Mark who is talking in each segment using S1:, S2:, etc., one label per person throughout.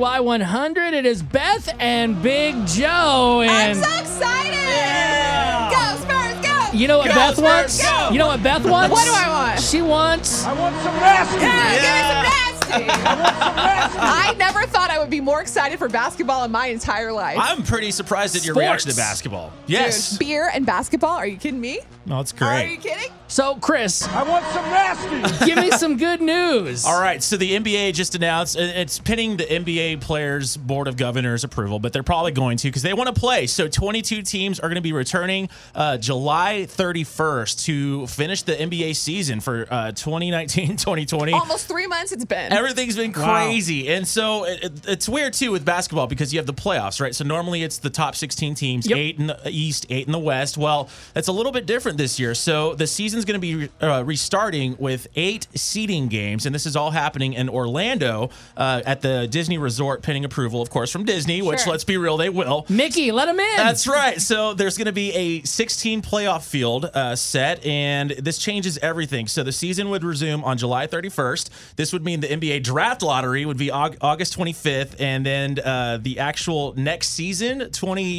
S1: Y100. It is Beth and Big Joe.
S2: I'm
S1: And
S2: so excited! Go Spurs, go!
S1: you know what
S2: Go,
S1: Beth
S2: Spurs,
S1: wants?
S2: Go.
S1: You know what Beth wants?
S2: What do I want?
S1: She wants.
S3: I want some nasty.
S2: Yeah, give me some nasty. I never thought I would be more excited for basketball in my entire life.
S4: I'm pretty surprised at your
S1: Sports.
S4: reaction to basketball.
S2: Dude,
S4: Yes.
S2: beer and basketball? Are you kidding me?
S4: No, it's
S2: Are you
S4: great.
S2: kidding?
S1: So, Chris,
S3: I want some nasty.
S1: give me some good news.
S4: All right, so the NBA just announced and it's pinning the NBA Players Board of Governors approval, but they're probably going to because they want to play. So 22 teams are going to be returning uh, July 31st to finish the NBA season for uh, 2019 2020.
S2: Almost three months it's been.
S4: Everything's been crazy. And so it, it- it's weird too with basketball because you have the playoffs, right? So normally it's the top 16 teams,
S1: Yep.
S4: eight in the East, eight in the West. Well, that's a little bit different this year. So the season's going to be uh, restarting with eight seeding games. And this is all happening in Orlando uh, at the Disney Resort, pending approval, of course, from Disney, which
S2: Sure.
S4: let's be real, they will.
S1: Mickey, let him in.
S4: That's right. So there's going to be a 16 playoff field uh, set, and this changes everything. So the season would resume on July 31st. This would mean the NBA draft lottery would be Aug- August 25th, and then uh, the actual next season,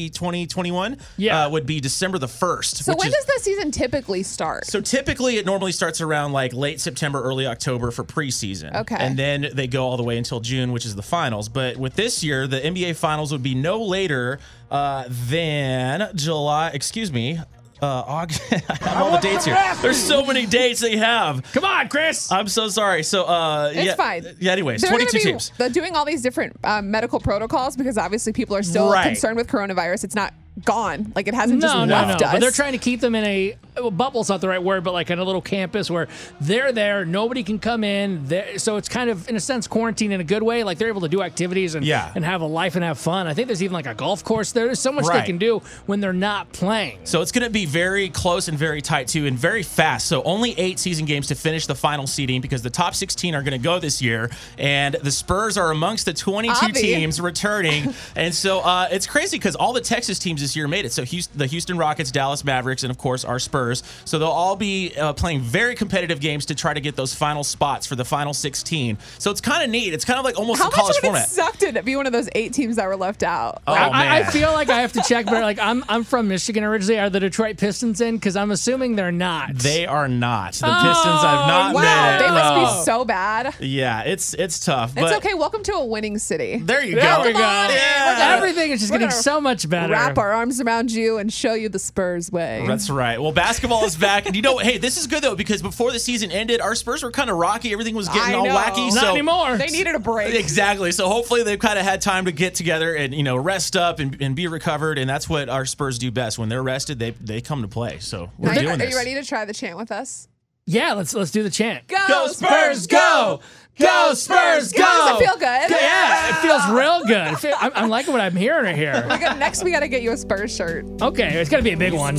S4: 2020 21,
S1: Yeah.
S4: uh, would be December the 1st.
S2: so
S4: which
S2: when
S4: is-
S2: does the season typically start?
S4: so typically, it normally starts around like late September, early October for preseason.
S2: Okay.
S4: And then they go all the way until June, which is the finals. But with this year, the NBA finals would be no later uh, than July. Excuse me. Uh, August. I have all the
S3: want
S4: dates
S3: some
S4: here.
S3: nasty.
S4: There's so many dates they have.
S1: Come on, Chris.
S4: I'm so sorry. So uh,
S2: It's
S4: yeah,
S2: fine.
S4: Yeah. Anyways,
S2: They're gonna
S4: 22
S2: be-
S4: teams.
S2: They're doing all these different um, medical protocols because obviously people are still
S4: Right.
S2: concerned with coronavirus. It's not gone. Like it hasn't just
S1: no, no, no.
S2: left us.
S1: But they're trying to keep them in a well, bubble's not the right word, but like in a little campus where they're there, nobody can come in. They're- So it's kind of in a sense quarantine in a good way. Like they're able to do activities and
S4: Yeah.
S1: and have a life and have fun. I think there's even like a golf course. there. There's so much
S4: Right.
S1: they can do when they're not playing.
S4: So it's going to be very close and very tight too, and very fast. So only eight season games to finish the final seeding because the top 16 are going to go this year, and the Spurs are amongst the 22
S2: Obvi.
S4: teams returning. and so uh, it's crazy because all the Texas teams this year made it. So Houston, the Houston Rockets, Dallas Mavericks, and of course our Spurs. So they'll all be uh, playing very competitive games to try to get those final spots for the final 16. So it's kind of neat. It's kind of like almost
S2: How
S4: a
S2: much
S4: college
S2: would it
S4: format.
S2: suck to be one of those eight teams that were left out?
S4: Oh,
S2: Like,
S1: I, I
S4: man.
S1: feel like I have to check, but like I'm I'm from Michigan originally. Are the Detroit Pistons in? Because I'm assuming they're not.
S4: They are not. The Pistons have not made
S2: Oh, wow,
S4: it.
S2: they must
S4: No.
S2: be so bad. It's
S4: Yeah, it's it's tough. It's but
S2: okay. Welcome to a winning city.
S4: There you
S1: There
S4: go.
S1: we go.
S4: Yeah.
S1: Everything is just
S2: We're
S1: getting
S2: gonna
S1: so much better.
S2: Wrap our arms around you and show you the Spurs way.
S4: That's right. Well, basketball is back. And you know, hey, this is good though because before the season ended, our Spurs were kind of rocky. Everything was
S2: I
S4: getting all
S2: know.
S4: wacky.
S1: not
S4: so
S1: anymore.
S2: They needed a break.
S4: Exactly. So hopefully they've kind of had time to get together and you know rest up and, and be recovered. And that's what our Spurs do best. When they're rested, they they come to play. So we're
S2: Are,
S4: doing
S2: are
S4: this.
S2: you ready to try the chant with us?
S1: Yeah, let's let's do the chant.
S4: Go Spurs, go! Go Spurs, go!
S2: Does it feel good?
S1: Yeah, it feels real good. It feel- I'm, I'm liking what I'm hearing right here.
S2: We got- Next, we got to get you a Spurs shirt.
S1: Okay, it's gonna be a big one.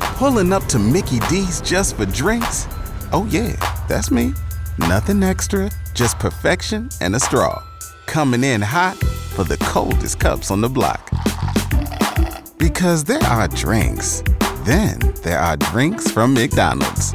S5: Pulling up to Mickey D's just for drinks? Oh, yeah, that's me. Nothing extra, just perfection and a straw. Coming in hot for the coldest cups on the block. Because there are drinks, then there are drinks from McDonald's.